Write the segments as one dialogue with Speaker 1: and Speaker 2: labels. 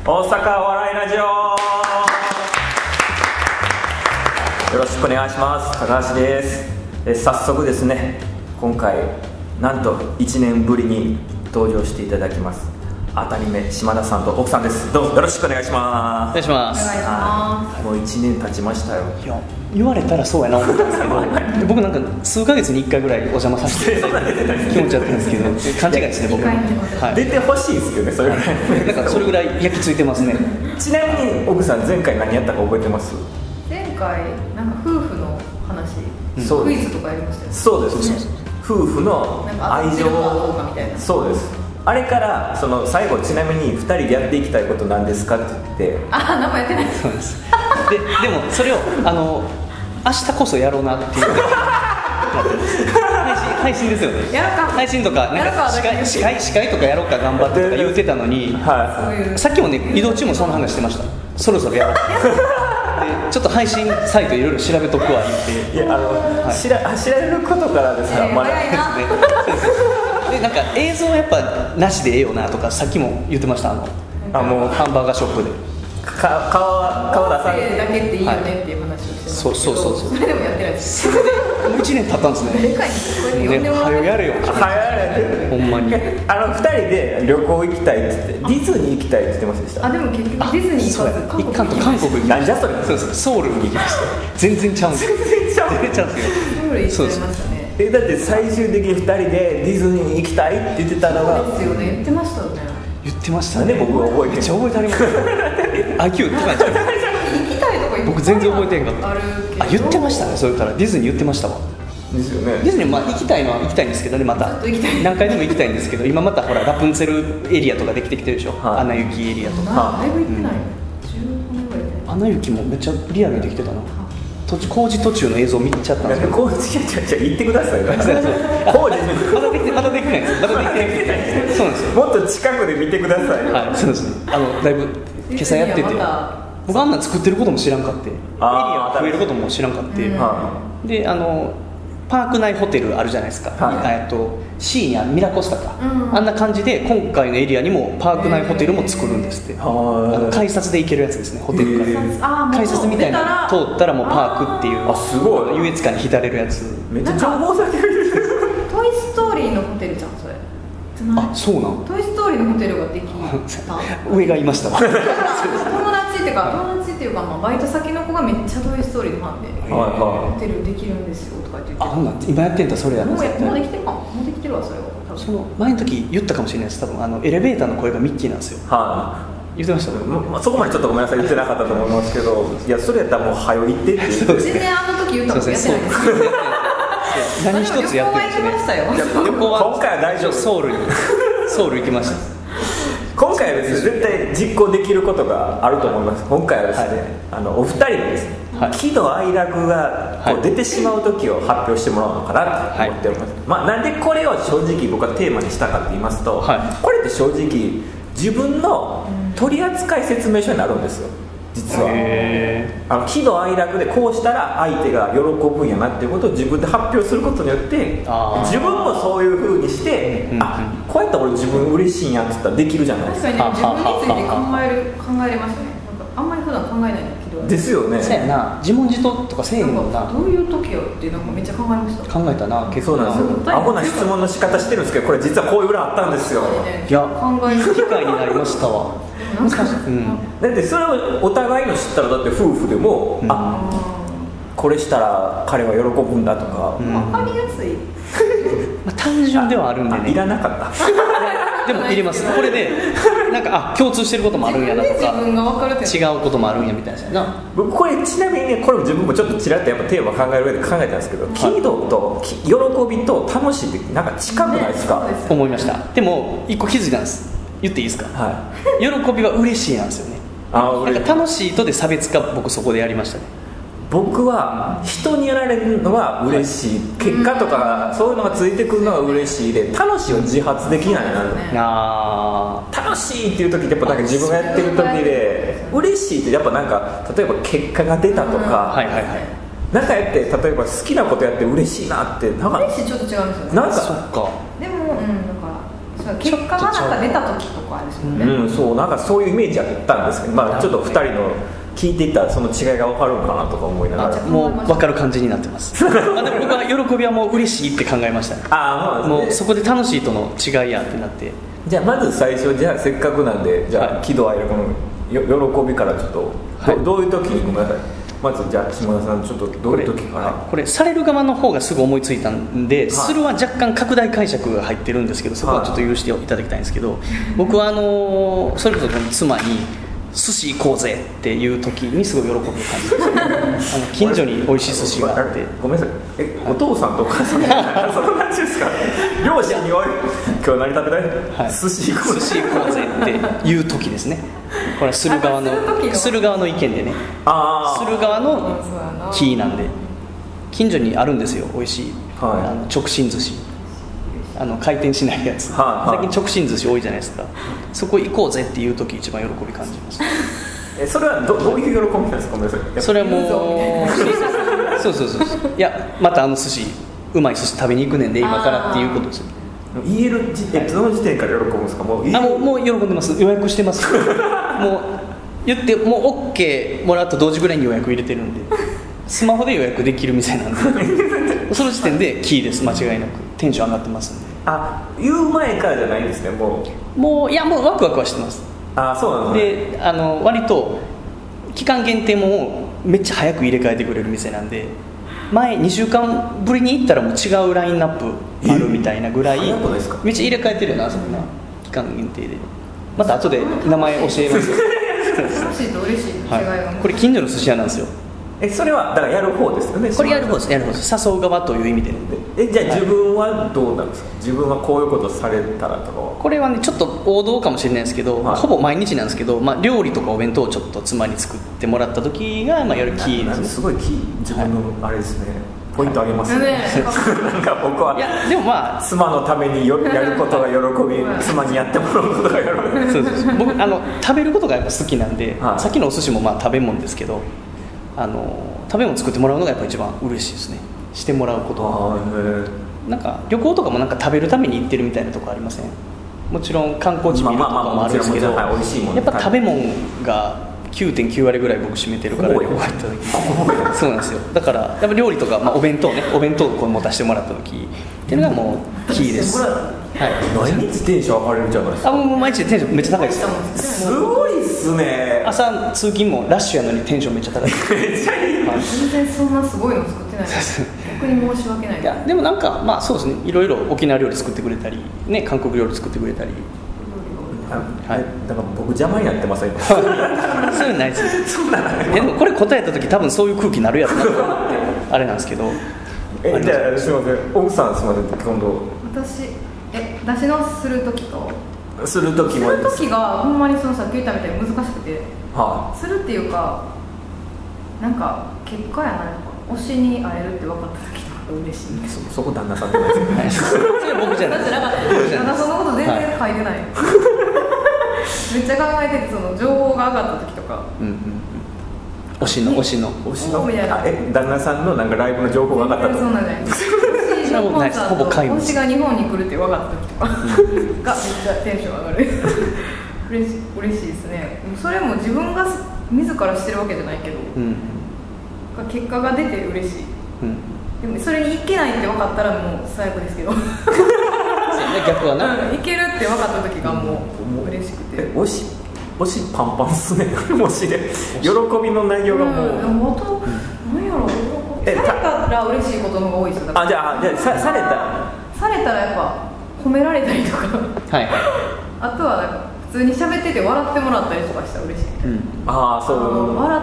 Speaker 1: 大阪お笑いラジオよろしくお願いします高橋ですえ早速ですね今回なんと1年ぶりに登場していただきます熱海目島田さんと奥さんですどうもよろしくお願いし
Speaker 2: お
Speaker 1: ま
Speaker 2: 願い
Speaker 1: す
Speaker 2: しま
Speaker 3: お願い
Speaker 2: す
Speaker 3: しま
Speaker 1: もう1年経ちましたよ
Speaker 2: いや言われたらそうやな思ったんですけど僕なんか数ヶ月に1回ぐらいお邪魔させていただいて気持ちだったんですけど勘違いして僕も
Speaker 3: 一回ってことです
Speaker 2: は
Speaker 1: 出
Speaker 2: い
Speaker 1: てほしいですけどねそれぐらい
Speaker 2: なんかそれぐらい焼き付いてますね
Speaker 1: ちなみに奥さん前回何やったか覚えてます
Speaker 3: す前回なんか夫婦の話、
Speaker 1: んそう
Speaker 3: クイズとかやりましたよね
Speaker 1: そうですね夫婦の
Speaker 3: なんか
Speaker 1: 愛
Speaker 3: 愛
Speaker 1: 情
Speaker 3: 情かどうかみたいな
Speaker 1: そうですあれからその最後ちなみに2人でやっていきたいことなんですかって言って
Speaker 3: あ何もやってないです
Speaker 2: そうですででもそれをあの明日こそやろうなっていう配信配信ですよね
Speaker 3: やろうか
Speaker 2: 配信とかな
Speaker 3: やろ
Speaker 2: ん
Speaker 3: うか
Speaker 2: か司会司会司会とかやろうか頑張ってとか言ってたのに
Speaker 3: そう
Speaker 1: は
Speaker 3: いう
Speaker 2: さっきもね移動中もその話してましたそろそろやろうでちょっと配信サイトいろいろ調べとくわ言って
Speaker 1: いいやあの、
Speaker 2: はい
Speaker 1: 知ら知られることからですから、
Speaker 3: えー
Speaker 1: まだ
Speaker 3: 早いな
Speaker 2: ねでなんか映像やっぱなしでええよなとかさっきも言ってましたあの
Speaker 1: あもう
Speaker 2: ハンバーガーショップで
Speaker 1: か顔は顔出さ
Speaker 3: 声だけ
Speaker 1: れ
Speaker 3: っていいよねっていう話をしてますけど、
Speaker 2: はいそうそうそうそう
Speaker 3: それでもやってないで す
Speaker 2: もう1年経ったんですね
Speaker 3: でかいですこれ呼ん
Speaker 2: ね
Speaker 3: でもら
Speaker 2: は
Speaker 3: え
Speaker 2: よ
Speaker 3: る
Speaker 2: やれよ
Speaker 1: はやられて
Speaker 2: ほんまに
Speaker 1: あの2人で旅行行きたいって言ってディズニー行きたいって言ってませんでした
Speaker 3: あでも結局ディズニー
Speaker 2: そうや
Speaker 3: 行かず
Speaker 2: 一貫と韓国行きま
Speaker 1: なん
Speaker 2: し
Speaker 1: じ
Speaker 2: た
Speaker 1: ゃそれ
Speaker 2: そうそうソウルに行きました全然ちゃうんですよ
Speaker 1: 全然ちゃう
Speaker 2: 全然ちゃうんですよ
Speaker 3: ソウル行っちゃいましたね
Speaker 1: えだって最終的に2人でディズニー行きたいって言ってたの
Speaker 3: そう
Speaker 1: が
Speaker 3: ですよね言ってましたよね
Speaker 2: 言ってました
Speaker 1: なんで僕は覚え
Speaker 2: め
Speaker 1: て
Speaker 2: っ
Speaker 1: ん
Speaker 2: ち
Speaker 1: の
Speaker 2: ゃ覚えてありますよ IQ って感じ
Speaker 3: 行きたいとこいっぱい
Speaker 2: 僕全然覚えてへんかった
Speaker 3: あるけど
Speaker 2: あ言ってましたねそれからディズニー言ってましたわ
Speaker 1: ですよね
Speaker 2: ディズニーまあ行きたいのは行きたいんですけどねまた
Speaker 3: ずっと行きたい
Speaker 2: 何回でも行きたいんですけど今またほらラプンツェルエリアとかできてきてるでしょ、
Speaker 1: はい
Speaker 2: アナ雪エリアとか
Speaker 3: なだいぶ行ってない、15年ぐらい行ってない
Speaker 2: アナ雪もめっちゃリアルにできてたな途中工事途中の映像見ちゃったん
Speaker 1: な
Speaker 2: です
Speaker 1: ん
Speaker 2: け
Speaker 1: か
Speaker 2: ど
Speaker 1: 工事じゃじゃ行ってくださいよ
Speaker 2: あ
Speaker 1: 工事
Speaker 2: まだできてまだできないんですよまだできてないんですよそうなんですよ
Speaker 1: もっと近くで見てくださいよ、
Speaker 2: はいそうですねあのだいぶ今朝やってて
Speaker 3: いやま
Speaker 2: 僕あんなん作ってることも知らんかってエリ
Speaker 1: あ
Speaker 2: ア
Speaker 1: ー
Speaker 2: 増えることも知らんかって、
Speaker 3: うん
Speaker 1: は
Speaker 2: であのパーク内ホテルあるじゃないですか、
Speaker 1: はい
Speaker 2: えっと C にあるミラコスタか、
Speaker 3: うん
Speaker 2: あんな感じで今回のエリアにもパーク内ホテルも作るんですって、
Speaker 1: い
Speaker 2: あの
Speaker 1: は
Speaker 2: 改札で行けるやつですねホテルから、
Speaker 1: へー
Speaker 3: あーもう
Speaker 2: 改札みたいな
Speaker 3: 出た
Speaker 2: の
Speaker 3: ら
Speaker 2: 通ったらもうパークっていう
Speaker 1: あすごい
Speaker 2: 優越感に浸れるやつ
Speaker 1: いめっちゃ情報だけ見てる
Speaker 3: トイ・ストーリーのホテルじゃんそれじゃない
Speaker 2: あそうなん
Speaker 3: トイ・ストーリーのホテルができ た
Speaker 2: 上がいましたわはい
Speaker 3: 友達っていうか友達っていうか、まあ、バイト先の子がめっちゃ「トイ・ストーリー」のファンで
Speaker 1: はい
Speaker 3: 「ホ
Speaker 1: は
Speaker 3: テルできるんですよ」とか言って
Speaker 2: あ
Speaker 3: 言って
Speaker 2: ほんなん今やってんだそれや
Speaker 3: た
Speaker 2: な
Speaker 3: もうや
Speaker 2: 絶対
Speaker 3: もうできてるかももうできてるわそれは多
Speaker 2: そ
Speaker 3: 分
Speaker 2: の前の時言ったかもしれないです多分あのエレベーターの声がミッキーなんですよ
Speaker 1: いは
Speaker 2: 言ってました
Speaker 1: いままあそこまでちょっとごめんなさい言ってなかったと思いますけどいやそれやったらもう早い行ってって言って
Speaker 3: 全然あの時言ったことやって
Speaker 2: そ
Speaker 3: な
Speaker 2: うで
Speaker 3: いですす
Speaker 2: そうです何一つやってないですね
Speaker 3: まあでも旅行は行きま
Speaker 1: 今
Speaker 2: 旅行
Speaker 3: したよ
Speaker 1: 回は大丈夫
Speaker 2: ソウルにソウル行きました
Speaker 1: 今回はですね絶対実行できることがあると思います今回はですね、
Speaker 2: はい
Speaker 1: あのお二人のですね、
Speaker 2: はい
Speaker 1: 喜怒哀楽がこ
Speaker 2: は
Speaker 1: う
Speaker 2: い
Speaker 1: 出てしまう時を発表してもらおうかなと思っております、まあ、なんでこれを正直僕はテーマにしたかと言いますと、
Speaker 2: はい
Speaker 1: これって正直自分の取扱説明書になるんですよ実は
Speaker 2: へ
Speaker 1: あの喜怒哀楽でこうしたら相手が喜ぶんやなっていうことを自分で発表することによって
Speaker 2: あー
Speaker 1: 自分もそういうふうにして、
Speaker 2: うんうん
Speaker 1: あこうやったら俺自分嬉しいんやって言ったらできるじゃないですか
Speaker 3: 確かにね自分について考える考えれましたねなんかあんまり普段考えないんだけど
Speaker 1: ですよね
Speaker 2: そうやな自問自答とかせえへんもん
Speaker 3: な
Speaker 2: なん
Speaker 3: かどういう時よってなんかめっちゃ考えました
Speaker 2: 考えたな結
Speaker 1: そ
Speaker 2: 構
Speaker 1: うなんですよアホな質問の仕方してるんですけどこれ実はこういう裏あったんですよ
Speaker 2: いや
Speaker 3: 考え
Speaker 2: いい
Speaker 3: る
Speaker 2: 機会になりましたわ
Speaker 3: なんか
Speaker 2: うん
Speaker 1: だってそれをお互いの知ったらだって夫婦でも、
Speaker 2: うん
Speaker 1: あこれしたら彼は喜ぶんだとか、
Speaker 2: うん
Speaker 3: 分かりやすい
Speaker 2: まあ、単純ではあるんで
Speaker 1: あい
Speaker 2: ね
Speaker 1: らなかった
Speaker 2: でもいりますこれでなんかあ共通してることもあるんやなと
Speaker 3: 自分が分かるって
Speaker 2: か違うこともあるんやみたいなやつやな
Speaker 1: 僕これちなみにねこれも自分もちょっとちらっとやっぱテーマ考える上で考えたんですけど、喜怒とき喜びと楽しいってなんか近くないですか、
Speaker 3: ねそうです
Speaker 2: 思いましたでも一個気づいたんです言っていいですか
Speaker 1: はい
Speaker 2: 喜びは嬉しいなんですよね
Speaker 1: あー
Speaker 2: なん
Speaker 1: 俺
Speaker 2: か楽しいとで差別化僕そこでやりましたね
Speaker 1: 僕は人にやられるのは嬉しい、結果とかそういうのがついてくるのが嬉しいで楽しいを自発できないな、
Speaker 3: そうですね
Speaker 2: あ
Speaker 1: 楽しいっていう時ってやっぱなんか自分がやってる時で嬉しいってやっぱなんか例えば結果が出たと
Speaker 2: あ
Speaker 1: か、
Speaker 2: はいはいはい
Speaker 1: なんかやって例えば好きなことやって嬉しいなってなんか
Speaker 3: 嬉しいちょっと違うんですよね
Speaker 1: なん
Speaker 2: そっ
Speaker 1: か
Speaker 2: か
Speaker 3: でもうんだからそう結果がなんか出た時とかあれですよね、
Speaker 1: うん、そうなんかそういうイメージあったんですけど、まあ、ちょっと2人の聞いていったらその違いが分かるのかなとか思いなが
Speaker 2: あ
Speaker 1: ら
Speaker 2: もう分かる感じになってますあでも僕は喜びはもう嬉しいって考えましたね
Speaker 1: ああまあ
Speaker 2: もう
Speaker 1: そ
Speaker 2: そこで楽しいとの違いやってなって
Speaker 1: じゃあまず最初じゃあせっかくなんでじゃあ、
Speaker 2: はい
Speaker 1: 喜怒哀楽のよ喜びからちょっと、
Speaker 2: は
Speaker 1: ど
Speaker 2: い
Speaker 1: どういう時にごめんなさいまずじゃあ下田さんちょっとどういう時から
Speaker 2: これされる側の方がすぐ思いついたんで、するは若干拡大解釈が入ってるんですけどそこはちょっと許していただきたいんですけど、僕はあのーそれこそこの妻に「寿司行こうぜ」っていう時にすごい喜ぶ感じあの近所に美味しい寿司があ って
Speaker 1: ごめんなさいえお父さんとお母さんみたい なそんな感じですか両親に言われる今日何食べたい、
Speaker 2: はい
Speaker 1: 寿司行こう
Speaker 2: 寿司行こうぜっていう時ですねこれはする側の
Speaker 3: あする時の
Speaker 2: する側の意見でね
Speaker 1: ああ
Speaker 2: する側のキーなんで近所にあるんですよ美味しい、
Speaker 1: はい
Speaker 2: あの直進寿司あの回転しないやつ、
Speaker 1: はいはい
Speaker 2: 最近直進寿司多いじゃないですかそこ行こうぜっていう時一番喜び感じます
Speaker 1: えそれはどどういう喜びなんですかごめんなさいやっぱ
Speaker 2: それはも
Speaker 3: 言うぞ
Speaker 2: うそうそうそうそういやまたあの寿司うまい寿司食べに行くねんで今からっていうことです
Speaker 1: 言える時えどの時点から喜ぶんですかもう言え
Speaker 2: あもうもう喜んでます予約してますもう言ってもう OK もらうと同時ぐらいに予約入れてるんでスマホで予約できる店なんでその時点でキーです間違いなくテンション上がってますんで
Speaker 1: あ言う前からじゃないんですねもう
Speaker 2: もういやもうワクワクはしてます
Speaker 1: あそうなの
Speaker 2: であの割と期間限定もめっちゃ早く入れ替えてくれる店なんで前2週間ぶりに行ったらもう違うラインナップあるみたいなぐらい
Speaker 1: え早くですか
Speaker 2: めっちゃ入れ替えてるよなそんな期間限定でまた後で名前 教えますよ
Speaker 3: 楽しいと嬉しいの違いが、
Speaker 2: はい、これ近所の寿司屋なんですよ
Speaker 1: えそれはだからやる方ですよね
Speaker 2: これやる方ですやる方です誘う側という意味で
Speaker 1: えじゃあ自分はどうなんですか自分はこういうことされたらとかは
Speaker 2: これはねちょっと王道かもしれないですけど、
Speaker 1: はい
Speaker 2: ほぼ毎日なんですけど、まあ、料理とかお弁当をちょっと妻に作ってもらった時が、まあ、やるキー
Speaker 1: な
Speaker 2: で
Speaker 1: ん
Speaker 2: す
Speaker 1: かすご
Speaker 2: ね
Speaker 1: いキー自分のあれですね、ポイントあげ ますね
Speaker 3: ね
Speaker 1: なんか僕
Speaker 2: い
Speaker 1: は
Speaker 2: やでもまあ
Speaker 1: 妻のためによやることが喜
Speaker 3: うん
Speaker 1: び妻にやってもらうことが喜び
Speaker 2: そうそうそう僕あの食べることがやっぱ好きなんで、
Speaker 1: はい
Speaker 2: さっきのお寿司もまあ食べ物ですけどあの食べ物作ってもらうのがやっぱ一番嬉しいですねしてもらうことは
Speaker 1: あーへ
Speaker 2: なんか旅行とかもなんか食べるために行ってるみたいなとこありませんもちろん観光地見ると
Speaker 1: ま
Speaker 2: か
Speaker 1: あまあま
Speaker 2: も
Speaker 1: あ
Speaker 2: あるんですけど
Speaker 1: もちろんもちろんはい美味しいもんね
Speaker 2: やっぱ食べ物が9.9割ぐらい僕占めてるから
Speaker 1: ほ
Speaker 2: 旅
Speaker 1: ぼ
Speaker 2: 行
Speaker 1: よ
Speaker 2: 行った時そうなんですよだからやっぱ料理とか、まあ、お弁当ねお弁当をこう持たせてもらった時っていうのがもうキーです
Speaker 1: これ
Speaker 2: はい
Speaker 1: 毎日テンション上がれるじゃないですか
Speaker 2: あもう毎日テンションめっちゃ高いですよ
Speaker 1: すごいっすね
Speaker 2: 朝通勤もラッシュやのにテンションめっちゃ高いです
Speaker 3: 全然そんなすごいの作ってないです逆に申し訳ない
Speaker 2: い
Speaker 3: です
Speaker 2: やでもなんかまあそうですねいろいろ沖縄料理作ってくれたり ね韓国料理作ってくれたり
Speaker 1: は、
Speaker 2: はい
Speaker 1: だから僕邪魔になってます今
Speaker 2: そういうのないですね
Speaker 1: そんなの
Speaker 2: いやでもこれ答えた時多分そういう空気になるやろなと思ってあれなんですけどあ
Speaker 1: え
Speaker 2: り
Speaker 1: じ
Speaker 2: ます
Speaker 1: ゃあすいません奥さんすいません今度
Speaker 3: 私え出し直しする時と
Speaker 1: する時
Speaker 3: す
Speaker 1: も
Speaker 3: る時がほんまにそのさっき言ったみたいに難しくて
Speaker 1: は
Speaker 3: するっていうかなんか結果やなやっぱ推しに会えるって分かった時とかが嬉しい
Speaker 1: いそそこ旦那さんじゃないですよね
Speaker 2: はいそれ僕じゃないです僕じゃ
Speaker 3: な
Speaker 2: ないで
Speaker 3: んか
Speaker 2: す
Speaker 3: そのこと全
Speaker 2: はい
Speaker 3: 然書いてない、 めっちゃ考えててその情報が上がった時とか
Speaker 2: うんうんうん推しの推しの
Speaker 1: 推し
Speaker 3: おーみたい
Speaker 1: の
Speaker 3: な
Speaker 1: あえ旦那さんのなんかライブの情報が上がったと
Speaker 3: そうなんじゃない推し
Speaker 2: そんなことないですほぼ皆無
Speaker 3: 推しが日本に来るって分かった時とかがめっちゃテンション上がる嬉し嬉しいですねそれも自分が自らしてるわけじゃないけど
Speaker 2: うん
Speaker 3: 結果が出て嬉しい
Speaker 2: うん
Speaker 3: でもそれにいけないって分かったらもう最悪ですけど、うん、い
Speaker 2: 逆はな
Speaker 3: けるって分かった時がもう嬉しくて
Speaker 1: え推し推しパンパンっすね 推しで喜びの内容がもう、
Speaker 3: ん、もと何やろ喜び
Speaker 1: え
Speaker 3: されたら嬉しいことの方が多いですよだから
Speaker 1: あじゃあじゃあさされた
Speaker 3: されたらやっぱ褒められたりとか
Speaker 2: はいは
Speaker 3: あとはなんか普通に喋ってて笑ってもらったりとかしたら嬉しい
Speaker 2: い、うん
Speaker 1: ああそ
Speaker 3: の
Speaker 1: う
Speaker 3: 笑っ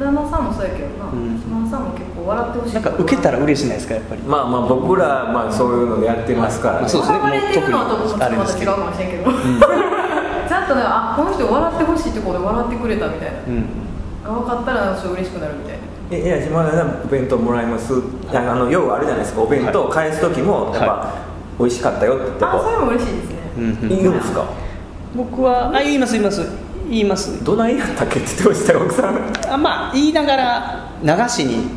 Speaker 3: 旦那さんもそうやけどな、
Speaker 2: うん
Speaker 3: 島田さんも結構笑ってほしい
Speaker 2: なんか受けたら嬉しいじゃないですかやっぱり
Speaker 1: まあまあ僕ら、まあ、そういうのでやってますから、ね
Speaker 2: まあそうですね
Speaker 3: 笑われてるのは
Speaker 2: もう
Speaker 3: とちょ
Speaker 2: 特に
Speaker 3: っと
Speaker 2: あれ
Speaker 3: ま
Speaker 2: です
Speaker 3: た
Speaker 2: け
Speaker 3: 違う
Speaker 2: ど
Speaker 3: かもしれんけど、ちゃんとなんかあこの人笑ってほしいところで笑ってくれたみたいな
Speaker 2: うん
Speaker 3: が分かったらちょっと嬉しくなるみたいな
Speaker 1: えいや島田さんお弁当もらいます、いやあの要はあれじゃないですかお弁当を返す時もやっぱ、美味しかったよって言って
Speaker 3: あそれ
Speaker 1: こ
Speaker 3: も嬉しいですね、
Speaker 2: うんう
Speaker 1: うん言うんですか、
Speaker 2: 僕はあ言います言います言います
Speaker 1: どないやったっけって言ってましたよ奥さん
Speaker 2: あまあ言いながら流 しに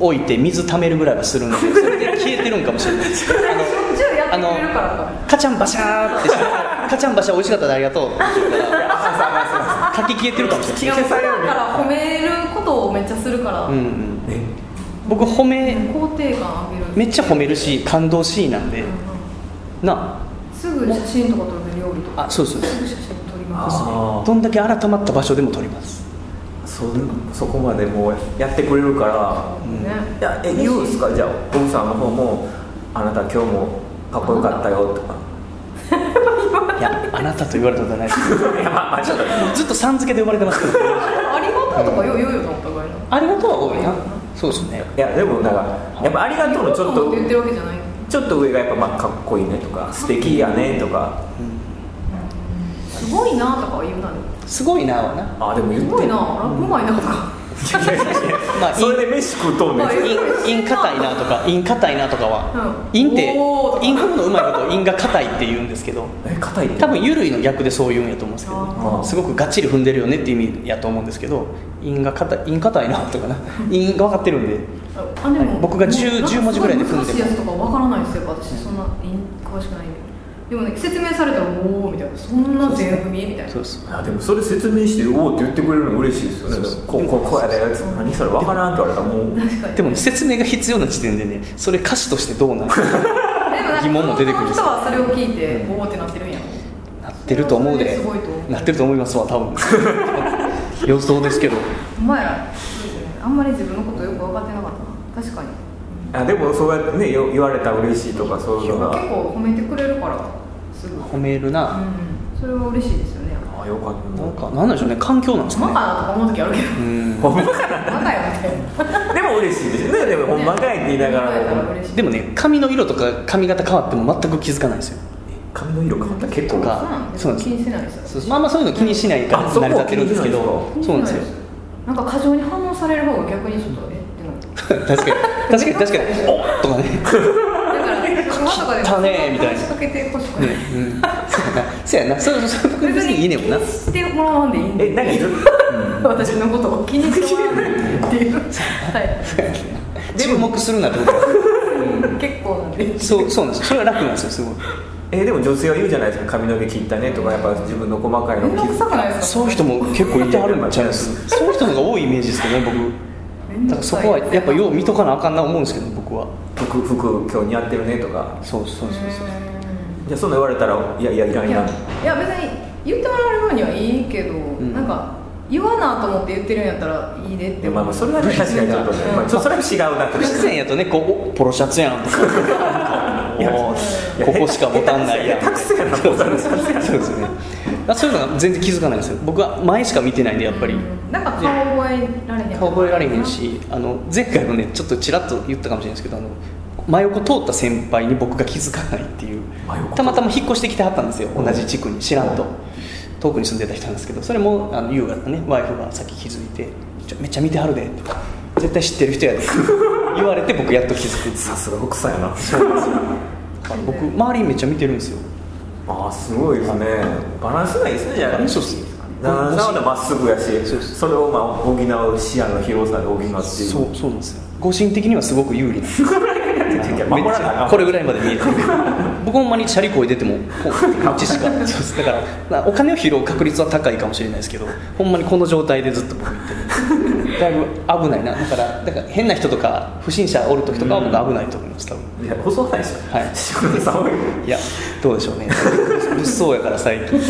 Speaker 2: 置いて水溜めるぐらいはするんでそれで消えてるんかもしれないです
Speaker 3: しょっちゅうややって
Speaker 2: あの
Speaker 3: くれるからとかね
Speaker 2: カチャンバシャーってしてカチャンバシャー美味しかったでありがとうって言ったら書き消えてるかもしれ
Speaker 3: 違う
Speaker 2: ない
Speaker 3: 普段から褒めることをめっちゃするから、
Speaker 2: うんうん僕褒め
Speaker 3: 肯定感あげる
Speaker 2: めっちゃ褒めるし感動しなんでな
Speaker 3: すぐ写真とか撮るの料理とか
Speaker 2: ああそうそうです
Speaker 3: すぐ写真撮ります
Speaker 1: あー
Speaker 2: どんだけ改まった場所でも撮ります
Speaker 1: そんそこまでもうやってくれるから
Speaker 3: ね
Speaker 1: いやえ言うんですかじゃあボムさんの方も「あなた今日もかっこよかったよ」とか
Speaker 2: いやあなたと言われたことはないですけど
Speaker 1: いや まあまあちょっと
Speaker 2: ずっとさん付けで呼ばれてますけど
Speaker 3: ありがとうとかようようよとお互いの
Speaker 2: ありがとうは多いなそうですね
Speaker 1: いやでもなんかやっぱ「ありがとう」のちょっ
Speaker 3: ありがうって言って
Speaker 1: と
Speaker 3: るわけじゃない
Speaker 1: ちょっと上がやっぱまあかっこいいねとか素敵やねとか
Speaker 3: すごいなとかは言うなです
Speaker 2: ごいなはな
Speaker 1: あでも言っ
Speaker 3: す
Speaker 1: て
Speaker 3: ごいなラップうまいなとか
Speaker 2: まあ
Speaker 1: それで飯食うとんねん
Speaker 3: まあ
Speaker 2: インイン硬いなとかイン硬いなとかは、
Speaker 3: うん
Speaker 2: インって
Speaker 3: おーとか
Speaker 2: イン踏むのうまいことをインが硬いって言うんですけど
Speaker 1: え硬いって
Speaker 2: 多分ゆるいの逆でそう言うんやと思うんですけ
Speaker 1: あー
Speaker 2: どすごくがっちり踏んでるよねっていう意味やと思うんですけどインが硬いイン硬いなとかなインが分かってるんで
Speaker 3: あでも
Speaker 2: 僕が10
Speaker 3: なんか
Speaker 2: 10文字ぐらいで組んです
Speaker 3: ごい難しいやつとかわからないですよやっぱ私そんな詳しくないんででもね説明されたらおおみたいなそんな全組みたいな
Speaker 2: そうです
Speaker 1: あでもそれ説明して「おお」って言ってくれるの嬉しいですよねこうこうこうやでやつ何それわからんって言われたらもう
Speaker 3: 確かに
Speaker 2: でも、ね、説明が必要な時点でねそれ歌詞としてどうなる疑問も出てくるんですよ
Speaker 3: でもなんかその人はそれを聞いておおってなってるんや
Speaker 2: なってると思うです
Speaker 3: ごいと思う
Speaker 2: なってると思いますわ多 分予想ですけど
Speaker 3: お前らそうですねあんまり自分のことよく分かってなかったな確かに
Speaker 1: あでもそうやってねよ言われたら嬉しいとかそういうのが
Speaker 3: 結構褒めてくれるからすぐ、う
Speaker 2: 褒
Speaker 3: ん、
Speaker 2: めるな、
Speaker 3: それは嬉しいですよね
Speaker 1: あよかった
Speaker 2: なんかなんでしょうね環境なんです
Speaker 3: バ
Speaker 2: か
Speaker 3: カ
Speaker 2: ね
Speaker 3: だとか思う時あるけど
Speaker 2: うん
Speaker 1: ほんま
Speaker 3: バカやみたいな
Speaker 1: でも嬉しいですよねでもほんまかいって言いながらも
Speaker 3: 嬉しい
Speaker 2: でもね髪の色とか髪型変わっても全く気づかないんですよ
Speaker 1: 髪の色変わったら結構
Speaker 2: とか
Speaker 3: そうなんです
Speaker 2: そう
Speaker 3: 気
Speaker 2: なんです
Speaker 3: にしないですよ
Speaker 2: まあまあそういうの気にしないから
Speaker 1: あそこ
Speaker 2: 成り立ってるんですけど
Speaker 1: 気
Speaker 3: 気にし
Speaker 2: そうなん
Speaker 3: い
Speaker 2: ですよ
Speaker 3: なんか過剰に反応される方が逆にちょっとえってなる
Speaker 2: 確かに確かに確かに「おっ!」とかね
Speaker 3: だから川とかで
Speaker 2: 汚ねえみたいな
Speaker 3: 仕掛けてほしく
Speaker 2: ね
Speaker 3: ない、
Speaker 2: うんそうやなそうやなそうそうそう別にいいねんもんな
Speaker 3: 気にしてもらわんでいいんで
Speaker 1: え何 ず
Speaker 3: 私のことを気にしてもらわんでいいっていうはい
Speaker 2: 注目するなってこと
Speaker 3: 結構なんで
Speaker 2: そうそうなんですよそれは楽なんですよすごい
Speaker 1: えでも女性は言うじゃないですか髪の毛切ったねとかやっぱ自分の細かいの
Speaker 3: 面倒
Speaker 1: 気
Speaker 3: く
Speaker 1: づ
Speaker 3: さくないですか
Speaker 2: そういう人も結構いてはるんちゃいますそういう人の方が多いイメージですけどね僕だからそこはやっぱよう見とかなあかんな思うんですけど僕は
Speaker 1: 服服今日似合ってるねとか
Speaker 2: そうそうそうそう
Speaker 1: じゃあそんな言われたらいやいやいらん
Speaker 3: い
Speaker 1: いら
Speaker 3: や
Speaker 1: ん
Speaker 3: いや別に言ってもらえる分にはいいけど、
Speaker 2: ん
Speaker 3: なんか言わなと思って言ってるんやったらいいねって
Speaker 1: でまあまあそれは ね確かにちょっとねまあちょっとそれは違うなと
Speaker 2: 不自然やとねこうおポロシャツやんとか
Speaker 1: いや
Speaker 2: おーここしかボタンないやん
Speaker 1: 下手くそやなボタン
Speaker 2: そうですねあそういうのが全然気づかないんですよ僕は前しか見てないんでやっぱり、
Speaker 3: うんなんか顔覚えられへん
Speaker 2: 顔覚えられへんしあの前回もねちょっとちらっと言ったかもしれないですけどあの真横通った先輩に僕が気づかないっていう
Speaker 1: 真横
Speaker 2: たまたま引っ越してきてはったんですよ同じ地区に知らんと遠くに住んでた人なんですけどそれもあの優雅なねワイフがさっき気づいてちょ「めっちゃ見てはるで」とか「絶対知ってる人やで」言われて僕やっと気づくんです
Speaker 1: さすが奥さんやな
Speaker 2: 僕周りめっちゃ見てるんですよ
Speaker 1: ああすごいですねバランスがいいですねじゃあ
Speaker 2: そうっす
Speaker 1: ななのでまっすぐやし
Speaker 2: そうです
Speaker 1: それをまあ補う視野の広さで補うっていう
Speaker 2: そうそうなんですよ護身的にはすごく有 利なんです
Speaker 1: いや守らなあかん
Speaker 2: これぐらいまで見えてる僕ほんまにチャリこいでてもこうこっちしか そうですだからまあお金を拾う確率は高いかもしれないですけどほんまにこの状態でずっと僕行ってるだいぶ危ないなだからだから変な人とか不審者おる時とかは僕危ないと思います多分
Speaker 1: いや細ないでしょ
Speaker 2: はい
Speaker 1: 仕事寒い
Speaker 2: いやどうでしょうね物騒やから最近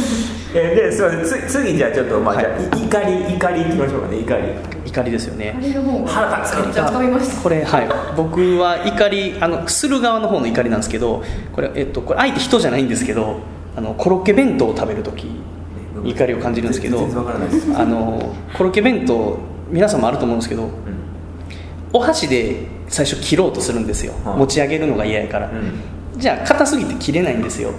Speaker 1: えですいませんつ次じゃあちょっとまあ、
Speaker 2: はい
Speaker 1: じゃあい怒り怒りいきましょうかね怒り
Speaker 2: 怒りですよね
Speaker 3: 借りる方が
Speaker 1: 腹立つ
Speaker 3: めっちゃ掴みました
Speaker 2: これはい僕は怒りあのする側の方の怒りなんですけどこれ、えっと、これ相手人じゃないんですけどあのコロッケ弁当を食べる時に怒りを感じるんですけど
Speaker 1: 全然わからないです
Speaker 2: あのコロッケ弁当皆さんもあると思うんですけど
Speaker 1: うん
Speaker 2: お箸で最初切ろうとするんですよ、
Speaker 1: はい
Speaker 2: 持ち上げるのが嫌やから、じゃあ硬すぎて切れないんですよ、
Speaker 1: うん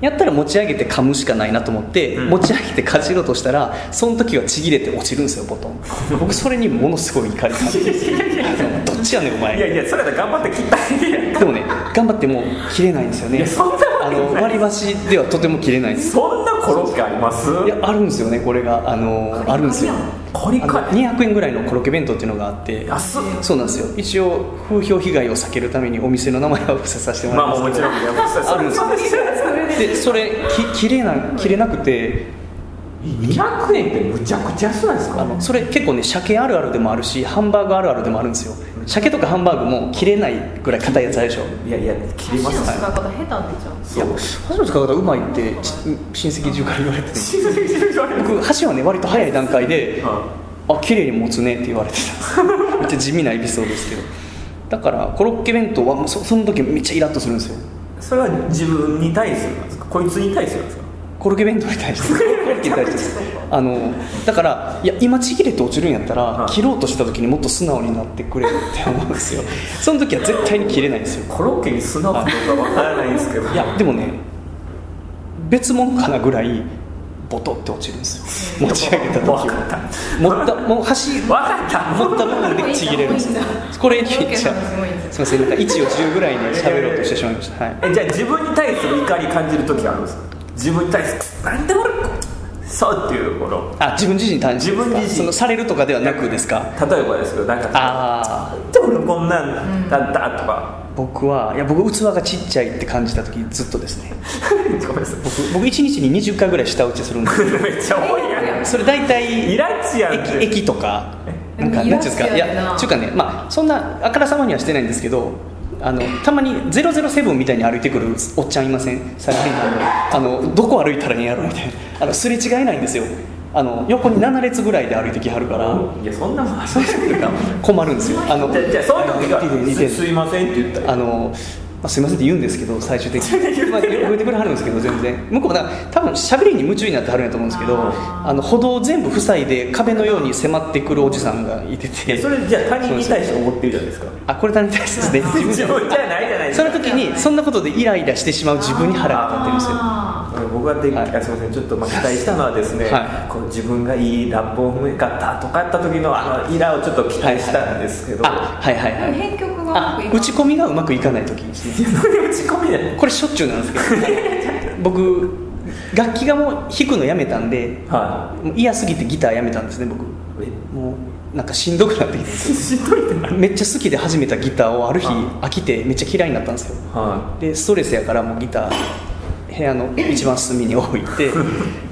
Speaker 2: やったら持ち上げて噛むしかないなと思って、
Speaker 1: うん
Speaker 2: 持ち上げてかじろうとしたらその時はちぎれて落ちるんですよボトン僕それにものすごい怒り感じて あのどっちやねんお前
Speaker 1: いやいやそれだったら頑張って切ったらいいやん
Speaker 2: でもね頑張っても切れないんですよ
Speaker 1: い
Speaker 2: ね
Speaker 1: やそんなわけ
Speaker 2: あの
Speaker 1: ない
Speaker 2: 割り箸ではとても切れないんです
Speaker 1: そんなコロッケあります
Speaker 2: いやあるんですよねこれがあの
Speaker 3: カリカリやん
Speaker 2: あるんですよ
Speaker 1: カリカリ
Speaker 2: あの200円ぐらいのコロッケ弁当っていうのがあって
Speaker 1: 安っ
Speaker 2: そうなんですよ一応風評被害を避けるためにお店の名前は伏せさせてもら
Speaker 1: ま
Speaker 2: い
Speaker 1: あ
Speaker 2: ますけど
Speaker 1: もちろんいや僕
Speaker 2: あるんですよでそれき切れな切れなくて
Speaker 1: 200円ってむちゃくちゃ安ないですか
Speaker 2: あのそれ結構ね鮭あるあるでもあるしハンバーグあるあるでもあるんですよ鮭とかハンバーグも切れないぐらい硬いやつあるでしょ
Speaker 1: いやいや切り
Speaker 3: 箸の
Speaker 1: ま
Speaker 3: 使い
Speaker 1: す
Speaker 3: 方下手ってちゃう
Speaker 2: いや箸の使い方うまいってち親戚中から言われてて僕箸はね割と早い段 階であ綺麗に持つねって言われてためっちゃ地味なエピソードですけどだからコロッケ弁当はもうそその時めっちゃイラッとするんですよ
Speaker 1: それは自分に対するなんですかこいつに対するんですか
Speaker 2: コロッケ弁当に 対してコロッケに対してですあのだからいや今ちぎれて落ちるんやったら
Speaker 1: い
Speaker 2: 切ろうとした時にもっと素直になってくれよって思うんですよその時は絶対に切れないんですよ
Speaker 1: コロッケに素直かどうかわからないんですけど
Speaker 2: いやでもね別物かなぐらいボトって落ちるんですよ持ち上げた時
Speaker 1: わかった
Speaker 2: は持ったもう箸
Speaker 1: わかった
Speaker 2: 持った部分でちぎれるんですよ これにめっちゃすいませんなんか1を10ぐらいに喋ろうとしてしまいましたはい
Speaker 1: えじゃあ自分に対する怒り感じる時あるんですか自分に対するなんで俺そうっていうこの
Speaker 2: あ自分自身に対してですか
Speaker 1: 自分自身
Speaker 2: そのされるとかではなくですか
Speaker 1: 例えばですけどなんか
Speaker 2: ああ
Speaker 1: なんで俺こんなんだったとか、
Speaker 2: 僕はいや僕器がちっちゃいって感じた時ずっとですね
Speaker 1: ごめんなさい
Speaker 2: 僕僕1日に20回ぐらい舌打ちするんですよ
Speaker 1: めっちゃ多いやん
Speaker 2: それ大体
Speaker 1: イラッチやんって
Speaker 2: 駅駅とか
Speaker 3: え
Speaker 2: なんか
Speaker 3: イ
Speaker 2: な
Speaker 3: ラ
Speaker 2: ん
Speaker 3: ッ
Speaker 2: て
Speaker 3: チ
Speaker 2: いうんですかい
Speaker 3: やな
Speaker 2: やちゅうかねまあそんなあからさまにはしてないんですけどあのたまに007みたいに歩いてくるおっちゃんいませんサラリーマンのあのどこ歩いたらいいんやろみたいなあのすれ違えないんですよあの横に7列ぐらいで歩いてきはるから
Speaker 1: いやそんなもんそうじゃ
Speaker 2: 困るんですよあの
Speaker 1: あじゃあそういう時
Speaker 2: 似
Speaker 1: が
Speaker 2: てる
Speaker 1: すすいませんって言ったら
Speaker 2: あの、まあ、すみませんって言うんですけど最終的に、まあ、言うてくれはるんですけど全然向こうもな多分喋りに夢中になってはるんやと思うんですけど
Speaker 3: あ
Speaker 2: あの歩道を全部塞いで壁のように迫ってくるおじさんがいてて
Speaker 1: それじゃあ他人に対して思ってるじゃないですか
Speaker 2: あこれ何対してですね
Speaker 1: 自
Speaker 2: 自分
Speaker 1: 分じゃないじゃないです
Speaker 2: そ
Speaker 1: か
Speaker 2: の時にそんなことでイライラしてしまう自分に腹が立ってるんですよ
Speaker 3: あ
Speaker 1: 僕がで、
Speaker 2: はい
Speaker 1: あすみませんちょっとまあ期待したのはですね、
Speaker 2: は
Speaker 1: こう自分がいいラップを踏めかったとかやった時のあのイラをちょっと期待したんですけど、
Speaker 2: あはいはい
Speaker 3: ーでも
Speaker 2: はい
Speaker 3: 編曲がうまくい
Speaker 2: あ
Speaker 3: かない
Speaker 2: 打ち込みがうまくいかない時ですね
Speaker 1: 自分で打ち込みじゃない
Speaker 2: これしょっちゅうなんですけど僕楽器がもう弾くのやめたんで
Speaker 1: は
Speaker 2: もう嫌すぎてギターやめたんですね僕
Speaker 1: い
Speaker 2: もうなんかしんどくなってきて
Speaker 1: えしんどいってな
Speaker 2: めっちゃ好きで始めたギターをある日
Speaker 1: は
Speaker 2: 飽きてめっちゃ嫌いになったんですよ
Speaker 1: は
Speaker 2: でストレスやからもうギター部屋の一番隅に置い て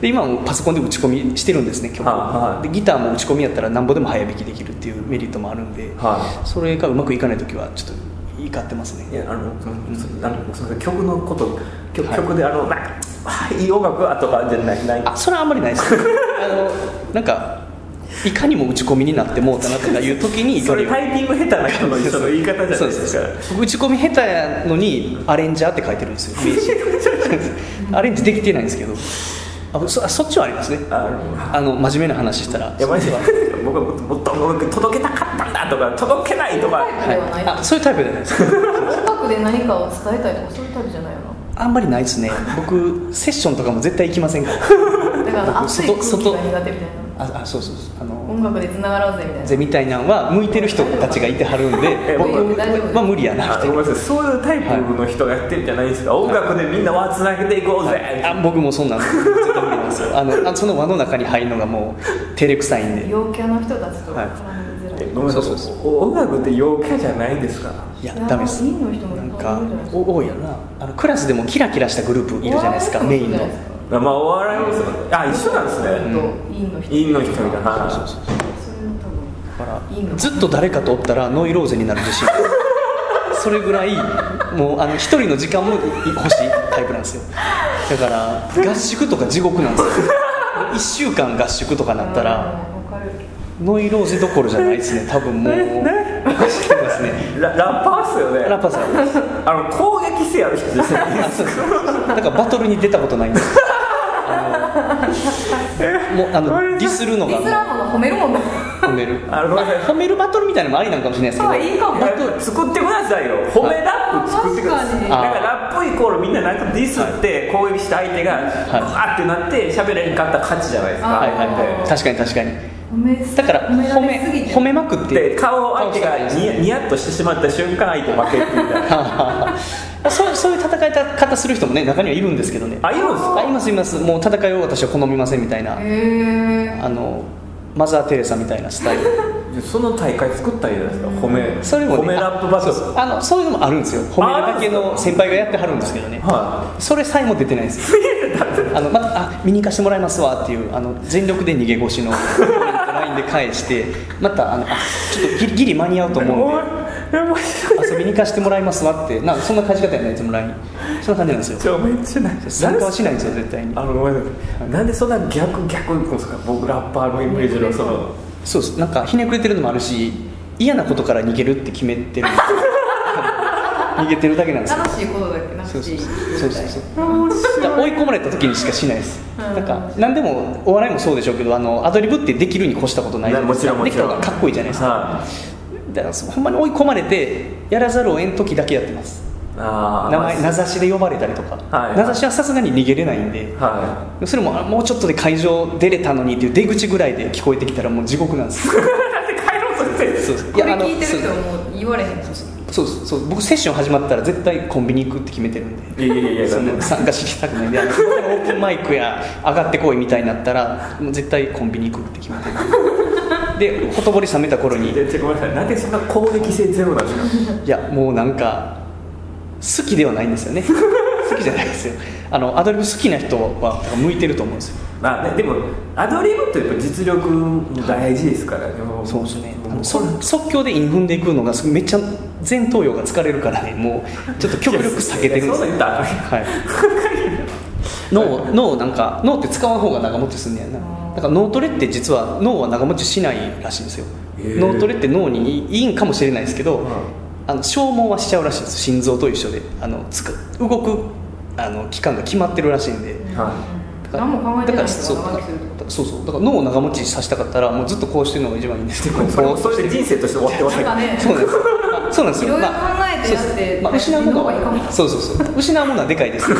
Speaker 2: で今はもうパソコンで打ち込みしてるんですね曲を
Speaker 1: はいはい
Speaker 2: でギターも打ち込みやったらなんぼでも早弾きできるっていうメリットもあるんで、
Speaker 1: は
Speaker 2: それがうまくいかない時はちょっと怒ってます
Speaker 1: いい
Speaker 2: ね
Speaker 1: やあのそそあのすみません曲のこと曲,、
Speaker 2: はい
Speaker 1: 曲であのなんかあいい音楽はとかじゃないない
Speaker 2: あそれはあんまりない ですあのなんかいかにも打ち込みになってもうたなとかいう時に
Speaker 1: そ
Speaker 2: 怒り
Speaker 1: れ
Speaker 2: を
Speaker 1: タイピング下手な人の人の言い方じゃない
Speaker 2: そう
Speaker 1: で
Speaker 2: です
Speaker 1: す
Speaker 2: そ
Speaker 1: か
Speaker 2: うです僕打ち込み下手やのにアレンジャーって書いてるんですよ 名刺アレンジできてないんですけどあそあそっちはありますね
Speaker 1: あの
Speaker 2: あの真面目な話したら
Speaker 1: いやマジで
Speaker 2: そっち
Speaker 1: 僕はもっともっと音楽届けたかったんだとか届けないとか
Speaker 2: ははいあそういうタイプじゃないです
Speaker 3: 音楽で何かを伝えたいとかそういうタイプじゃないよ
Speaker 2: あんまりないですね僕セッションとかも絶対行きませんから
Speaker 3: なだから熱い空気
Speaker 2: 外
Speaker 3: が苦手みたいな
Speaker 2: ああそうそうそうあの
Speaker 3: 音楽でつながろうぜみたいな
Speaker 2: ぜみたいなんは向いてる人たちがいてはるんで
Speaker 1: え
Speaker 2: 僕
Speaker 3: 大丈夫
Speaker 2: は無理やな
Speaker 1: あ
Speaker 2: みたい
Speaker 1: ごめ
Speaker 2: なん
Speaker 1: なさいそういうタイプの人がやってるんじゃないんですか、音楽でみんな輪つなげていこうぜ、
Speaker 2: あ僕もそんなの絶対無理なんですよあのあその輪の中に入るのがもう照れくさいんで
Speaker 3: 陽キャの人たちと絡みづらい、
Speaker 1: えごめんなさい
Speaker 2: そうそう
Speaker 1: 音楽って陽キャじゃないんですか
Speaker 2: いやダメです
Speaker 3: いやいいの人も
Speaker 2: ないん
Speaker 3: っ
Speaker 2: か
Speaker 3: ぱいいるじゃないですか
Speaker 2: お多いやなあのクラスでもキラキラしたグループいるじゃないですかメインの
Speaker 1: まあお笑いもそうあ一緒なんです
Speaker 3: う
Speaker 1: ね、
Speaker 3: ん、インの人
Speaker 1: 陰の人みたいなはい
Speaker 2: そうそう
Speaker 3: それも多分
Speaker 2: だか
Speaker 3: いいの
Speaker 2: らずっと誰かとおったらノイローゼになる自 信それぐらいもうあの一人の時間もい欲しいタイプなんですよだから合宿とか地獄なん ですよ1週間合宿とかなったら
Speaker 3: うんわかる
Speaker 2: ノイローゼどころじゃないですね多分もう走ってますね
Speaker 1: ララッパーっすよね
Speaker 2: ラッパーさ ん
Speaker 1: あの攻撃性ある人です よね
Speaker 2: あそうそうだからバトルに出たことないんですよあのもうあのディスるの
Speaker 3: デ
Speaker 2: が
Speaker 3: ィスラーもの褒めるもんだ
Speaker 2: 褒める
Speaker 1: あごめんなさい
Speaker 2: 褒めるバトルみたいなのもありなんかもしれないですけど
Speaker 3: あいいかも
Speaker 1: ラップ作ってくださいよ褒めラップ作ってください
Speaker 3: 確かに
Speaker 1: なんかラップイコールみんななんかディスって攻撃した相手がわーってなって喋れんかったら勝ちじゃないですか、
Speaker 3: あ
Speaker 2: はいはいはい確かに確かに
Speaker 3: 褒めす
Speaker 2: だから褒
Speaker 3: 褒め
Speaker 2: め
Speaker 3: られすぎて
Speaker 2: 褒めまくって
Speaker 1: で顔を相手が
Speaker 2: 顔した
Speaker 1: ニ
Speaker 2: い
Speaker 1: ヤニヤっとしてしまった瞬間相手負けってみたいな
Speaker 2: そうそういう戦い方する人もね中にはいるんですけどね
Speaker 1: あいるんです
Speaker 2: あいますいますもう戦いを私は好みませんみたいな
Speaker 3: へえ
Speaker 2: あのマザー・テレサみたいなスタイル
Speaker 1: かその大会作ったらいいじゃないですか褒め
Speaker 2: それも、ね、
Speaker 1: 褒めラップバト
Speaker 2: あ
Speaker 1: ル
Speaker 2: そうあのそういうのもあるんですよ褒めるだけの先輩がやってはるんですけどね
Speaker 1: は
Speaker 2: それさえも出てないんですよあのまたあ見に行かせてもらいますわっていうあの全力で逃げ腰のラインで返してまたあのあちょっとギリギリ間に合うと
Speaker 1: い
Speaker 2: 思うんで
Speaker 1: おい面白い
Speaker 2: 遊びに行かせてもらいますわってなんかそんな返し方やないいつも LINE そんな感じなんですよ
Speaker 1: ちょめっちゃない
Speaker 2: 参加はしないんですよ絶対に
Speaker 1: あのごめんなさいなんでそんな逆逆いくんですか僕ラッパーのイメージのその
Speaker 2: そうですなんかひねくれてるのもあるし嫌なことから逃げるって決めてるんですよ逃げてるだけなんですよ
Speaker 3: 楽しいことだけな
Speaker 2: そう
Speaker 3: く
Speaker 2: そ
Speaker 3: ていうい
Speaker 2: そうそうそうだから追い込まれた時にしかしないです
Speaker 3: うん
Speaker 2: なんか何でもお笑いもそうでしょうけどあのアドリブってできるに越したことないじゃない
Speaker 1: も
Speaker 2: です
Speaker 1: ちろん
Speaker 2: か
Speaker 1: も
Speaker 2: で
Speaker 1: ち
Speaker 2: きた
Speaker 1: ろ
Speaker 2: 方
Speaker 1: ん
Speaker 2: がかっこいいじゃないですか
Speaker 1: は
Speaker 2: だからほんまに追い込まれてやらざるを得ん時だけやってます
Speaker 1: いああ
Speaker 2: 名前名指しで呼ばれたりとか、
Speaker 1: はい
Speaker 2: 名指しはさすがに逃げれないんで、
Speaker 1: は
Speaker 2: それもあもうちょっとで会場出れたのにっていう出口ぐらいで聞こえてきたらもう地獄なんですよ
Speaker 1: い だって帰ろうとしてる
Speaker 2: そうです
Speaker 3: これ聞いてる
Speaker 2: そ
Speaker 3: 人は
Speaker 2: う
Speaker 3: もう言われへんそうそう
Speaker 2: そうですそうです僕セッション始まったら絶対コンビニ行くって決めてるんで
Speaker 1: いやいやいや
Speaker 2: そ
Speaker 1: だっ
Speaker 2: の
Speaker 1: て
Speaker 2: 参加したくないんであのオープンマイクや上がってこいみたいになったらもう絶対コンビニ行くって決めてるんででほとぼり冷めた頃に
Speaker 1: でちょごめんなさいなんでそんな攻撃性ゼロなんですか
Speaker 2: いやもうなんか好きではないんですよね好きじゃないですよあのアドリブ好きな人は向いてると思うんですよ
Speaker 1: まあねでもアドリブってやっぱ実力も大事ですからねも
Speaker 2: そうですね
Speaker 1: もう
Speaker 2: そ即興でインフンでいくのがすめっちゃ前頭葉が疲れるから ねもうちょっと極力避けてるんです
Speaker 1: いやそう言ったらあかん
Speaker 2: はい脳脳なんか脳って使わん方が長持ちすんねやなだから脳トレって実は脳は長持ちしないらしいんですよ
Speaker 1: へー
Speaker 2: 脳トレって脳にいいいんかもしれないですけど、
Speaker 1: うん
Speaker 2: あの消耗はしちゃうらしいです心臓と一緒であのつく動くあの期間が決まってるらしいんで、
Speaker 1: は
Speaker 2: だから
Speaker 3: 何も考えて
Speaker 2: だか
Speaker 3: ない
Speaker 2: ら
Speaker 3: 人
Speaker 2: そう
Speaker 3: が長生きすると
Speaker 2: そうそうだから脳を長持ちさせたかったらもうずっとこうしてるのが一番いいんですけ ど
Speaker 1: いそれそれで人生として終わってま
Speaker 3: な
Speaker 1: せん
Speaker 3: んか
Speaker 1: か
Speaker 3: ね
Speaker 2: そうなんですよ。あそうなんですよ。
Speaker 3: いろいろ考えてやって
Speaker 2: そうですまあ、失うもの
Speaker 3: 自分の方がいいか
Speaker 2: は。
Speaker 3: も
Speaker 2: そうそうそう。失うものはでかいです。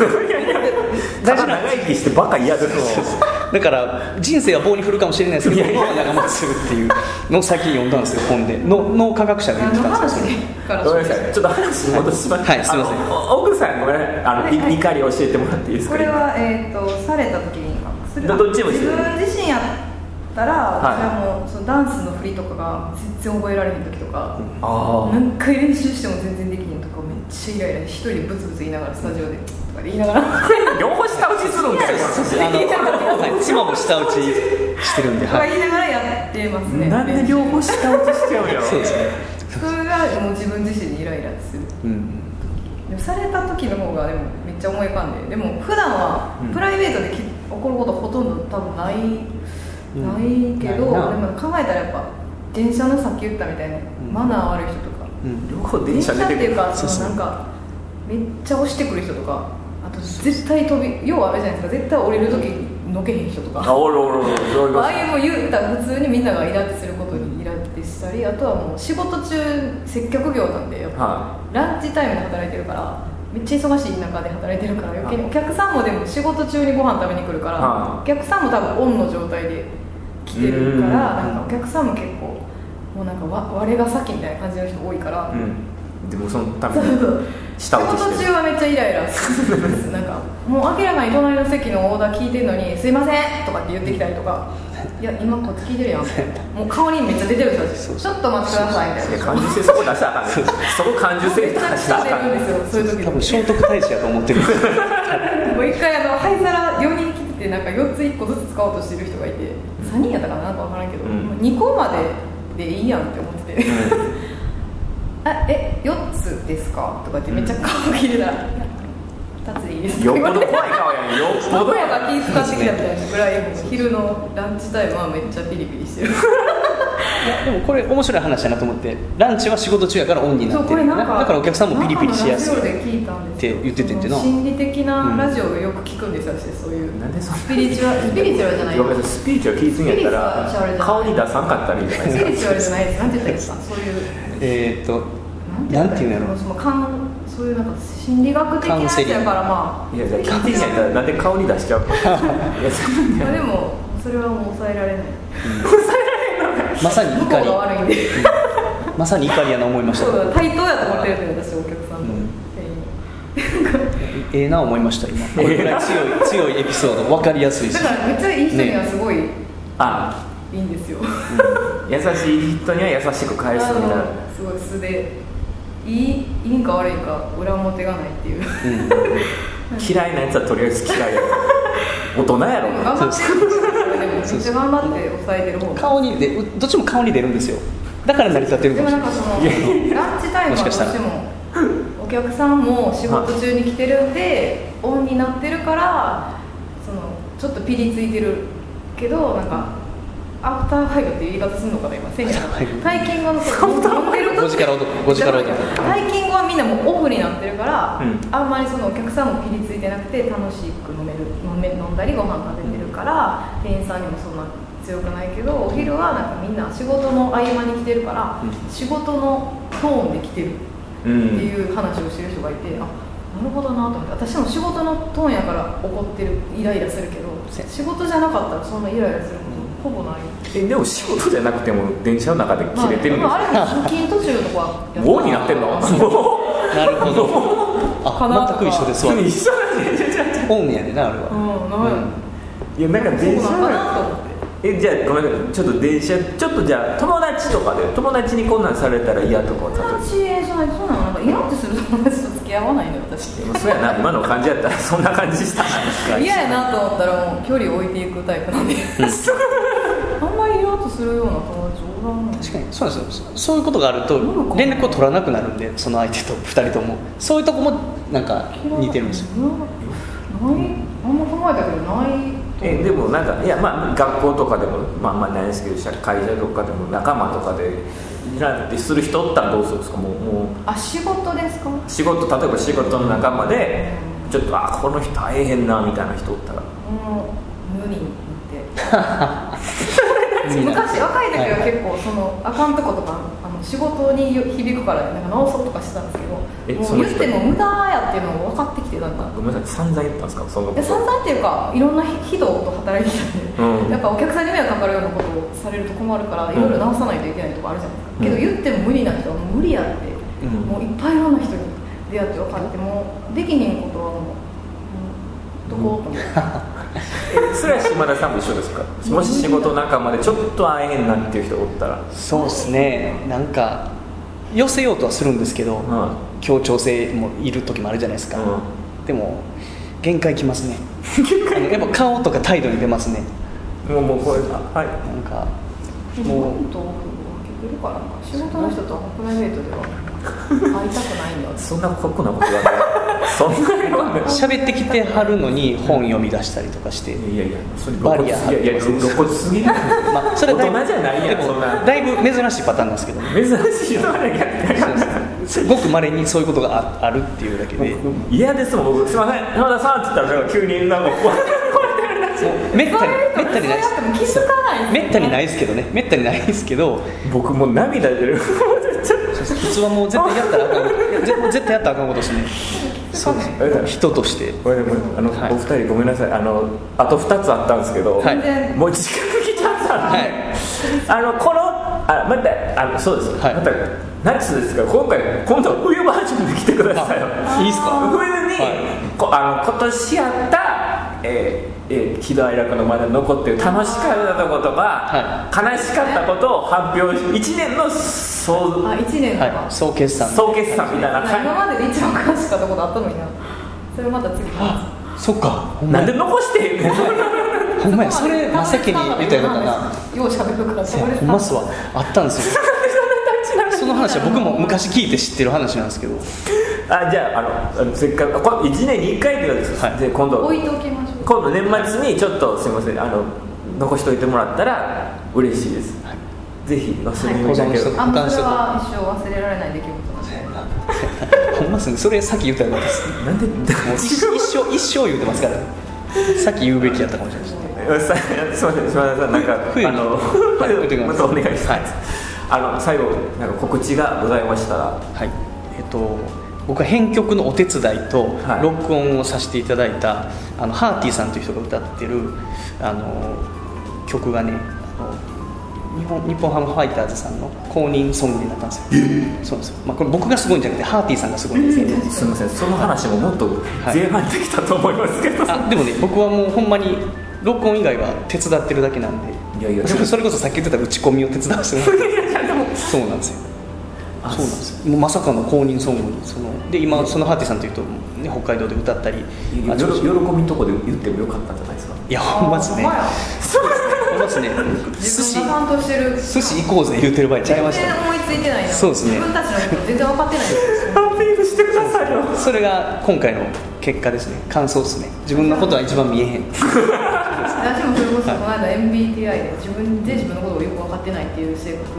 Speaker 1: た
Speaker 2: 大事
Speaker 1: だ
Speaker 2: な。
Speaker 1: 長生きしてバカ嫌ですもん
Speaker 2: だから人生は棒に振るかもしれないですけど、脳は長持ちするっていうのを最近読んだんですよ本で。脳脳科学者が言っ
Speaker 3: 何
Speaker 2: て
Speaker 3: の
Speaker 2: たんで
Speaker 3: 話
Speaker 2: すよ。
Speaker 3: から
Speaker 1: ごめんなさいちょっと話戻します
Speaker 2: はいはいすいません
Speaker 1: あのお奥さんごめんなさいあの、
Speaker 3: はいはい
Speaker 1: い怒り教えてもらっていいですか
Speaker 3: これは、えー、とされた時に隠する
Speaker 1: どどっちもです
Speaker 3: 自分自身やったら、
Speaker 1: は
Speaker 3: 私はもうそのダンスの振りとかが全然覚えられへん時とか、
Speaker 1: あ
Speaker 3: 何回練習しても全然できへんとかめっちゃイライラして一人でブツブツ言いながらスタジオでとかで言いながら
Speaker 1: あ両方下打ちするんですよ
Speaker 2: あのはい妻も舌打ちしてるんで、
Speaker 3: とか
Speaker 2: はい。
Speaker 3: 言いながらやってますね
Speaker 1: なんで両方下打ちしちゃうんやろ
Speaker 2: そうですね。
Speaker 3: それがもう自分自身にイライラする
Speaker 2: うん。
Speaker 3: でもされた時の方がでもめっちゃ思い浮かんででも普段は
Speaker 1: うん
Speaker 3: プライベートでき、起こることほとんど多分ない、
Speaker 2: ん
Speaker 3: ないけど
Speaker 2: ないな
Speaker 3: でも考えたらやっぱ電車のさっき言ったみたいな、
Speaker 2: ん
Speaker 3: マナー悪い人とか
Speaker 2: うん。
Speaker 1: 両方電
Speaker 3: 電車
Speaker 1: 車
Speaker 3: っ
Speaker 1: 出て
Speaker 3: て
Speaker 1: く
Speaker 3: いう
Speaker 1: る
Speaker 3: か
Speaker 2: そう
Speaker 3: そ
Speaker 2: そう
Speaker 3: のなんかめっちゃ押してくる人とかあと絶対飛び要はあれじゃないですか絶対降りる時のけへん人とか
Speaker 1: あおるおるおるおる
Speaker 3: まあああいうもう言ったら普通にみんながイラってすることにイラってしたりあとはもう仕事中接客業なんでやっぱ
Speaker 1: は
Speaker 3: ランチタイムで働いてるからめっちゃ忙しい中で働いてるから余計にお客さんもでも仕事中にご飯食べに来るから、
Speaker 1: はい
Speaker 3: お客さんも多分オンの状態で来てるから
Speaker 1: うん
Speaker 3: なんかお客さんも結構もうなんかわ我が先みたいな感じの人多いから、
Speaker 1: うんでもそのため
Speaker 3: そう
Speaker 1: に
Speaker 3: そう仕
Speaker 1: 下打
Speaker 3: 事
Speaker 1: ちして
Speaker 3: 中
Speaker 1: る
Speaker 3: はめっちゃイライラするなんかもう明らかに隣の席のオーダー聞いてるのに「すいません」とかって言ってきたり とか「いや今こっち聞いてるやん」もう顔にめっちゃ出てる人たち「ちょっと待ってください」みたいな
Speaker 1: 感受性そこ出したらあかんねそこ感受性
Speaker 3: め
Speaker 1: 出
Speaker 3: っちゃ
Speaker 1: したらあ
Speaker 3: 出
Speaker 1: かん
Speaker 3: てる
Speaker 1: ね
Speaker 3: んですよそういう時
Speaker 2: 多分聖徳太子やと思ってる。
Speaker 3: もう一回あの灰皿4人来ててなんか4つ1個ずつ使おうとしてる人がいて3人やったかななんか分からんけど、
Speaker 1: うん
Speaker 3: もう2個まででいいやんって思ってて「あ え4つですか?」とかってめっちゃ顔切 れたら「2つでいいです」
Speaker 1: よっ
Speaker 3: 言わ
Speaker 1: ぽ
Speaker 3: れ
Speaker 1: ど
Speaker 3: て
Speaker 1: 怖い顔やねよっぽ
Speaker 3: ど
Speaker 1: ど
Speaker 3: こやが気使ってきたみたいなぐらいもう昼のランチタイムはめっちゃピリピリしてる
Speaker 2: いやでもこれ面白い話だなと思ってランチは仕事中やからオンにな
Speaker 3: そう
Speaker 2: って
Speaker 3: こ
Speaker 2: る
Speaker 3: れ
Speaker 2: んだ
Speaker 3: なん
Speaker 2: な
Speaker 3: か
Speaker 2: だからお客さんもピリピリしやすい
Speaker 3: なんかのラジオで聞いたんですよ
Speaker 2: って言っててんてな
Speaker 3: その心理的なラジオをよく聞くんですよ私そういう
Speaker 1: なんでそんな
Speaker 3: スピリチュアルスピリチュアルじゃない
Speaker 1: ごめんなさいスピーチを聞いすぎやった
Speaker 3: スピリチュア
Speaker 1: ら
Speaker 3: ルじゃない
Speaker 1: 顔に出さんかったらいいじゃない
Speaker 3: ス
Speaker 1: です
Speaker 3: ピリチュアルじゃないです。なんて言ったらいいですか。そういう。
Speaker 2: えーっとなんていうんやろ
Speaker 3: その感そういうなんか心理学的なやつやからま
Speaker 1: か
Speaker 3: あ。
Speaker 1: いやじゃあ聞いてんやったらなんで顔に出しちゃうのいやそんな
Speaker 3: まあでもそれはもう抑えられない。抑えられ
Speaker 2: まさに
Speaker 3: 向こう
Speaker 2: 怒り
Speaker 3: が悪いんで
Speaker 2: まさに怒りやな思いました
Speaker 3: そうだ対等やと思ってるんで私お客さんと店員
Speaker 2: ええな思いました今これぐらい強い 強いエピソード分かりやすいし
Speaker 3: だからめっちゃいい人にはすごい
Speaker 1: あ
Speaker 3: いいんですよ、
Speaker 1: 優しい人には優しく返すみたいな
Speaker 3: あのすごい素でいいいいんか悪いんか裏表がないっていう、
Speaker 2: うん
Speaker 1: 嫌いなやつはとりあえず嫌い や大人やろ
Speaker 3: でも頑張ってるでもめっちゃ頑張って抑えてる方が
Speaker 2: 顔にでどっちも顔に出るんですよだから成り立ってる
Speaker 3: で
Speaker 2: か
Speaker 3: も
Speaker 2: もし
Speaker 3: な
Speaker 2: れな
Speaker 3: ん
Speaker 2: い
Speaker 3: かそのランチタイム
Speaker 2: もし
Speaker 3: はど
Speaker 2: か
Speaker 3: う
Speaker 2: したら
Speaker 3: してもお客さんも仕事中に来てるんでオンになってるからそのちょっとピリついてるけどなんかアフターファイブっていう言い方するのかな今せんや
Speaker 2: アフターファイブ
Speaker 3: タイキングの飲んでる時
Speaker 2: 5時から男5時から男
Speaker 3: ハイキングはみんなもうオフになってるから、
Speaker 1: うん
Speaker 3: あんまりそのお客さんもピリついてなくて楽しく飲める飲め飲んだりご飯食べてるから、店員さんにもそんな強くないけどお昼はなんかみんな仕事の合間に来てるから、
Speaker 2: うん
Speaker 3: 仕事のトーンで来てる
Speaker 1: う
Speaker 3: って
Speaker 1: ん
Speaker 3: いう話をしてる人がいて、あなるほどなと思って私も仕事のトーンやから怒ってるイライラするけど
Speaker 2: せ
Speaker 3: 仕事じゃなかったらそんなイライラすることほぼない。
Speaker 1: えでも仕事じゃなくても電車の中で切れてるんです
Speaker 3: まあ、
Speaker 1: よ
Speaker 3: あれも出勤途中とか やったら
Speaker 1: 5になってんのも
Speaker 2: なるほど
Speaker 3: かな
Speaker 2: あ
Speaker 3: とか
Speaker 2: 全く一緒ですわ
Speaker 1: う一緒なんで
Speaker 2: オンやでなあれは
Speaker 3: うん、なんやろ
Speaker 1: いやなんか電車
Speaker 3: そうなんかなと
Speaker 1: の
Speaker 3: 思って
Speaker 1: えじゃあごめんなさいちょっと電車ちょっとじゃあ友達とかで友達にこんなんされたら嫌とかは例えば
Speaker 3: 友達じゃないそうなのなんかイラッとする友達と付き合わないのよ私
Speaker 1: で もそうやな今の感じやったらそんな感じした
Speaker 3: 嫌やなと思ったらもう距離置いていくタイプなんであんまりイラッとするような友達おらんの
Speaker 2: 確かにそうなんですよそういうことがあると
Speaker 3: うん
Speaker 2: 連絡を取らなくなるんでその相手と2人ともそういうとこもなんか似てるんですよ
Speaker 3: よないあんま考えたけどない
Speaker 1: えでもなんかいやまあ学校とかでもまあまあないですけど社会社とかでも仲間とかでいらってする人おったらどうするんですかもうも
Speaker 3: あ仕事ですか
Speaker 1: う仕事例えば仕事の仲間でちょっとあこの人大変なみたいな人おったら
Speaker 3: もう無理に って
Speaker 2: みんな
Speaker 3: 昔若い時は
Speaker 2: はい
Speaker 3: 結構そのあかんとことかあの仕事に響くからなんか直そうとかしてたんですけ
Speaker 1: え
Speaker 3: ども
Speaker 1: そうの
Speaker 3: 言
Speaker 1: 人
Speaker 3: っても無駄やっていうのも分かってきてなんか
Speaker 1: ごめんなさい散々言ったんですかその
Speaker 3: で
Speaker 1: こと
Speaker 3: 散々っていうかいろんな人と働いてたん
Speaker 1: うん
Speaker 3: で、やっぱお客さんに迷惑かかるようなことをされると困るから
Speaker 1: ん
Speaker 3: いろいろ直さないといけないとこあるじゃないですか、けど
Speaker 1: うん
Speaker 3: 言っても無理な人はもう無理やって、
Speaker 1: うん
Speaker 3: もういっぱいいろんな人に出会って分かってもうできひんことはもう、うん、どこうと思って、
Speaker 1: えそれは島田さんも一緒ですかもし仕事仲間でちょっと大変なっていう人おったら
Speaker 2: そうですねなんか寄せようとはするんですけど、
Speaker 1: うん
Speaker 2: 協調性もいる時もあるじゃないですか、
Speaker 1: う
Speaker 2: でも限界きますねあのやっぱ顔とか態度に出ますね
Speaker 1: もうもうこれあはい
Speaker 2: なんか
Speaker 3: 日
Speaker 2: もう
Speaker 3: 本と分けてるからな仕事の人とプライベートでは会いたくないんだ
Speaker 1: そんな酷なこと言わないそんな言わない
Speaker 2: 喋ってきてはるのに本読み出したりとかして、
Speaker 1: いやいやそれ
Speaker 2: バリア
Speaker 1: 露骨いやいや露骨すぎる
Speaker 2: まあ、それはだいぶ
Speaker 1: 大人じゃないやん
Speaker 2: でも
Speaker 1: そんな
Speaker 2: だいぶ珍しいパターンなんですけど
Speaker 1: 珍しいのあれや
Speaker 2: すごくまれにそういうことがああるっていうだけでもう
Speaker 1: 嫌ですもん僕すいません浜田さんって言ったらなんか急になんかこ
Speaker 2: めったにめったにない
Speaker 3: そういう人そうやっても気づかないですよね
Speaker 2: めったにないですけどねめったにないですけど
Speaker 1: う僕もう涙出る
Speaker 2: 普通はもう絶対やったらあかんこといや絶絶対やったらあかんことしねそうです人として
Speaker 1: これでもあの、
Speaker 2: はい
Speaker 1: お二人ごめんなさいあのあと2つあったんですけど、
Speaker 2: はい
Speaker 3: 全然
Speaker 1: もう時間来ちゃったんで、あのこのあまたあのそうです、
Speaker 2: はい
Speaker 1: また夏ですから今回今度は冬バージョンで来てくださいよ
Speaker 2: あいいですか
Speaker 1: 冬に、
Speaker 2: は
Speaker 1: こあの今年やった、えーえー喜怒哀楽のまだ残ってる楽しかったこと
Speaker 2: は
Speaker 1: が、悲しかったことを発表し1年の総
Speaker 3: あ1年とか、
Speaker 2: はい総決算
Speaker 1: 総決算みたいな感じ
Speaker 3: 今までで一番悲しかったことあったのになそれまた次
Speaker 2: あそっかほんま
Speaker 1: なん
Speaker 2: や
Speaker 1: で残してんねん
Speaker 2: ほんまやそれ真っ先に言ったらよかったな
Speaker 3: ようしゃべるから
Speaker 2: せやほんますわあったんですよその話は僕も昔聞いて知ってる話なんですけど
Speaker 1: あじゃああのあのせっかくこれ1年に1回ってことです、
Speaker 2: はい
Speaker 1: で今度
Speaker 3: 置いておきましょう
Speaker 1: 今度年末にちょっとすみませんあの残しといてもらったら嬉しいです、ぜひ忘れ物だけど、
Speaker 2: はい
Speaker 3: あもうそれは一生忘れられない出来事なんで
Speaker 2: ほんまっすねそれさっき言ったらよかったです
Speaker 1: なんで
Speaker 2: もう一一生一生言うてますからさっき言うべきやったかもしれないです
Speaker 1: さすみません島田さんなんか
Speaker 2: 冬に
Speaker 1: あの
Speaker 2: はい置いてきま
Speaker 1: ますたお願いします、
Speaker 2: はい
Speaker 1: あの最後なんか告知がございましたら
Speaker 2: はい、えっと僕は編曲のお手伝いと
Speaker 1: はい
Speaker 2: 録音をさせていただいた、あのハーティーさんという人が歌ってるあの曲がねあの日本日本ハムファイターズさんの公認ソングになったんですよそうなんですよ、まあ、これ僕がすごいんじゃなくてハーティーさんがすごいんですけど
Speaker 1: すみませんその話ももっと前半できたと思いますけど、
Speaker 2: あでもね僕はもうほんまに録音以外は手伝ってるだけなんで
Speaker 1: いやいや
Speaker 2: それそれこそさっき言ってた打ち込みを手伝わせてもらって そうなんですよ
Speaker 1: あ
Speaker 2: そうなんですよもうまさかの公認ソングにそので今そのハーティーさんというと、ね、北海道で歌ったり
Speaker 1: いや
Speaker 2: あち
Speaker 1: よ
Speaker 2: ょ
Speaker 1: ろ
Speaker 2: っと
Speaker 1: 喜びのとこで言ってもよかったんじゃないですか
Speaker 2: いやほんまですね
Speaker 3: ほんまや
Speaker 2: ほんまですね寿
Speaker 3: 自
Speaker 2: 司
Speaker 3: 分が担当してる
Speaker 2: 寿司行こうぜ言うてる場合ちゃいまし
Speaker 3: 全
Speaker 2: た
Speaker 3: 然
Speaker 2: ね
Speaker 3: 思いついてないな
Speaker 2: そうですね
Speaker 3: 自分たちのこと全然分かってないです
Speaker 1: アピールしてくださいよ
Speaker 2: それが今回の結果ですね感想ですね自分のことは一番見えへん
Speaker 3: 私もそれこそこの間 MBTI で自分で自分のことをよく分かってないっていう性格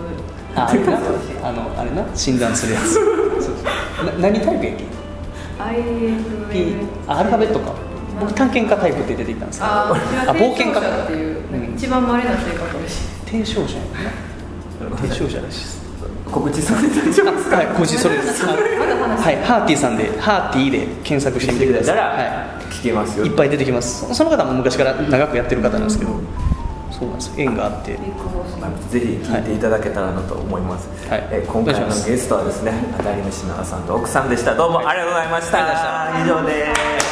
Speaker 2: ああれな
Speaker 3: そうですよ
Speaker 2: あのあれな診断するやつそうそうな何タイプやっけ P
Speaker 3: IFP
Speaker 2: あアルファベットか僕探検家タイプって出てきたんですけど
Speaker 3: あー
Speaker 2: あ冒険家
Speaker 3: だっていう、
Speaker 2: うん
Speaker 3: 一番稀な性格です
Speaker 2: 提唱者やもんな提唱者らしいです
Speaker 1: 告知されて大丈夫です
Speaker 2: あはいこじそれです
Speaker 3: ま
Speaker 2: は
Speaker 3: だ話
Speaker 2: いハーティーさんでハーティーで検索してみてください、は
Speaker 1: 聞けますよ
Speaker 2: い、いっぱい出てきますそその方も昔から長くやってる方なんですけどそうなんです縁があって
Speaker 3: ビッグボス
Speaker 1: まあぜひ聞いていただけたらなと思います、
Speaker 2: はい
Speaker 1: え今回の
Speaker 2: お願いします
Speaker 1: ゲストはですね当たり主のさんと奥さんでしたどうもありがとうございました、以上です